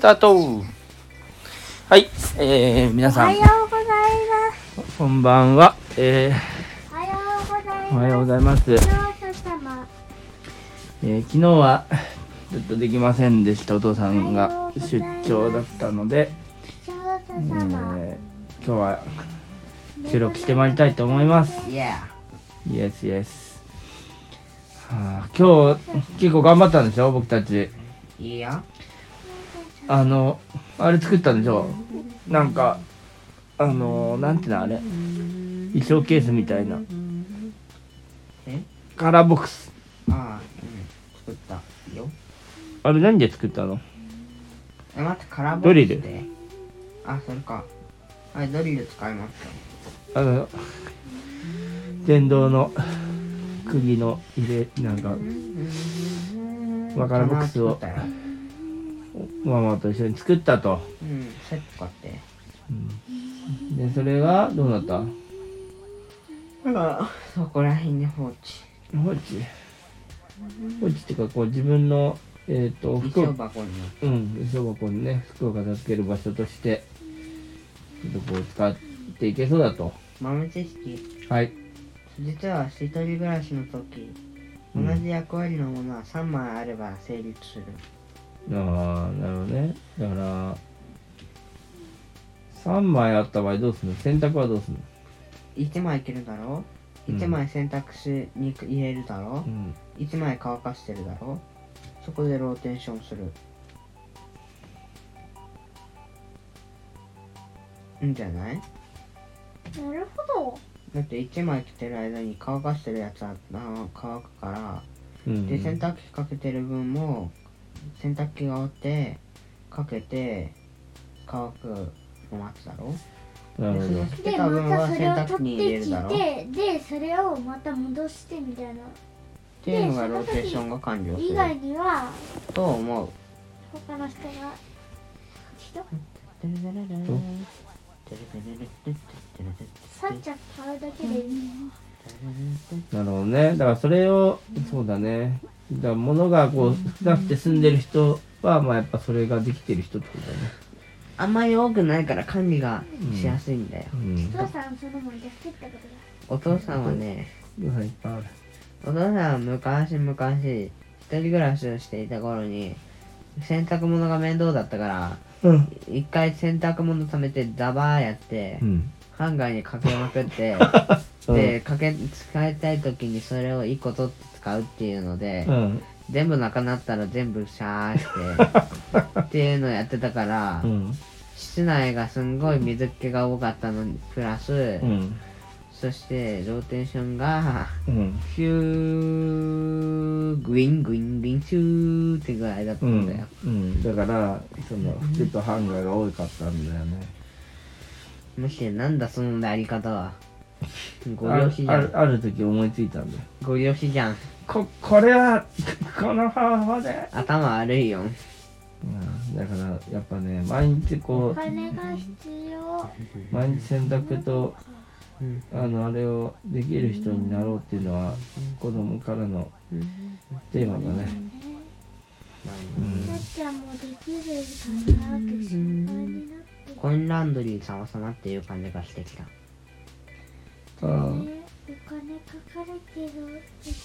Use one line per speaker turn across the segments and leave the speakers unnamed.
タートはい、えー、皆
お
さ
は
ん
よ、うございます。
こんばんは。え
おはよう
ー、おはよ
ござい
うご
ます。
ざいます。
教祖様。
えー昨日は、ちょっとできませんでした。お父さんが出張だったので、
教祖
え
様。
ー、今日は収録してまいりたいと思います。
Yeah.
イエスイエス。はあ、今日、結構頑張ったんでしょ僕たち。
Yeah.
あの、あれ作ったんでしょなんか、あの、なんていうのあれ。衣装ケースみたいな。
え
カラーボックス。
ああ、うん。作ったよ。
あれ何で作ったの
え、待って、カラーボックス
ドリル
であ、それか。はい、ドリル使いました。
あの、電動の釘の入れ、なんか、わからんボックスを
カラー作ったよ
ママと一緒に作ったと。
うん、セット買って。
で、それがどうなった
そこら辺に放置。
放置放置っていうか、こう自分の、えっ、と、
衣
服
装
を
箱に。
うん、そばこにね、服を片付ける場所として、ちょっとこう使っていけそうだと。
豆知識。
はい。
実は、一人暮らしの時、
うん
同じ役割のものは3枚あれば成立する。
ああ、なるほどね。だから、3枚あった場合どうするの洗濯はどうするの
1枚切るだろ
うん
?1 枚洗濯しに入れるだろ
うん。
1枚乾かしてるだろそこでローテーションするんじゃない
なるほ
だって1枚着てる間に乾かしてるやつはあの乾くから
うん、
で洗濯機かけてる分も洗濯機が終わってかけて乾くの待つだろ
なる
で
ほど
その。着
ど。
て
で、
た分
ま
は
たそ
洗
れを
濯機に
取
入れ
って
る
き、
だろって
で、それをまた戻してみたいな。
ていうのがローテーションが完了す
以
る
外には、
と思う
他の人が。人さっちゃん買うだけでいい。
なるほどね。だからそれを、そうだね。だから物がこう少なくて住んでる人は、まあやっぱそれができてる人ってことだね。
あんまり多くないから管理がしやすいんだよ、
うん。
お父さん、そのもんで作ったことが。
お父さんはね
ご飯いっぱいある。
お父さんは昔々一人暮らしをしていた頃に洗濯物が面倒だったから
うん。
一回洗濯物溜めてダバーやって、
うん。
ハンガーにかけまくって
うん
でかけ使いたい時にそれを1個取って使うっていうので、
うん。
全部なくなったら全部シャーし てっていうのをやってたから、
うん。
室内がすんごい水気が多かったのにプラス、
うん。
そしてローテーションが
うん。
ヒューグイングイングインシューってぐらいだった
うん
だよ
ん、、うん、だからその服とハンガーが多かったんだよね
もしなんだそのやり 方はご
あ
了
る
承じ
あ
ゃ
る
ん
ある時思いついたんだよ
ご了承じゃん
ここれは この方法で、
頭悪いよ
うん、だからやっぱね毎日
お
こ
金が必要。
う毎日洗濯と
うん
あのあれをできる人になろうっていうのは子供からのテーマだね、うん
さっちゃんもできるかなって心配になって
コインランドリー様様っていう感じがしてきた
あ
ねお金かかるけど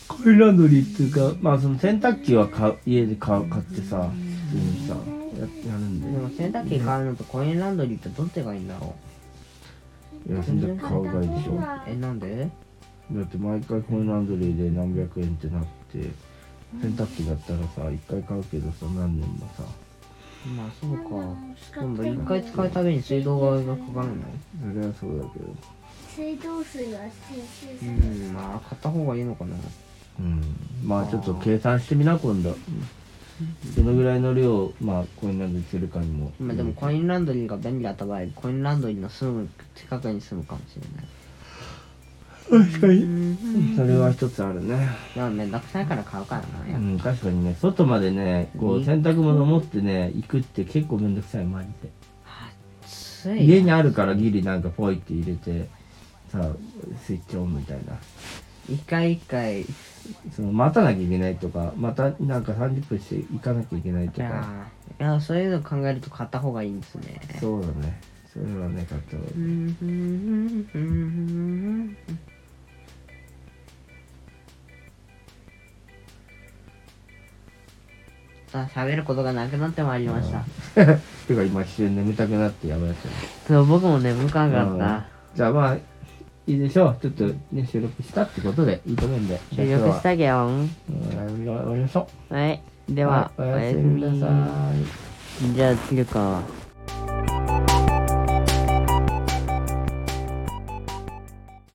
コインランドリーっていうかまあその洗濯機は買う家で買う買ってさ普通にさややるん
で
で
も洗濯機買うのとコインランドリーってどっちがいいんだろ
いや洗濯機買うがいいでしょ
うえなんで
だって毎回コインランドリーで何百円ってなって洗濯機だったらさ一回買うけどさ何年もさ
まあそうか今
今
度
度
一
一
回
回
使
使
う
う
た
た
び
び
に
に
水
水
道
道
代
代
が
がか
かか
か
る
そ
るの
の
れはそうだけど
水道水は水
う
水水
んまあ買った方がいいのかな
うんまあちょっと計算してみな今度どのぐらいの量をまあコインランドリーするかにも
まあでもコインランドリーが便利だった場合コインランドリーの住む近くに住むかもしれない
確かに それは一つあるね、
でもめんどくさいから買うからな
う
やっ
ん、確かにね外までねこう洗濯物持ってね行くって結構めんどくさいマジで
ぱつい
家にあるからギリなんかポイって入れてさスイッチオンみたいな
一回一回
その待たなきゃいけないとかまたなんか30分して行かなきゃいけないと
じ
か
ゃあいやそういうの考えると買った方がいいんですね
そうだねそれはね買った方がいい
さあ喋ることがなくなってまいりました
てか今一瞬眠たくなってやばいやつだね
そう僕も眠かんかった
じゃあまあいいでしょうちょっとね収録したってことでいいと思うんで
収録し
い
たけどん
終わりましょ
はいで
う
は、
いおやすみなさい
じゃあ切るか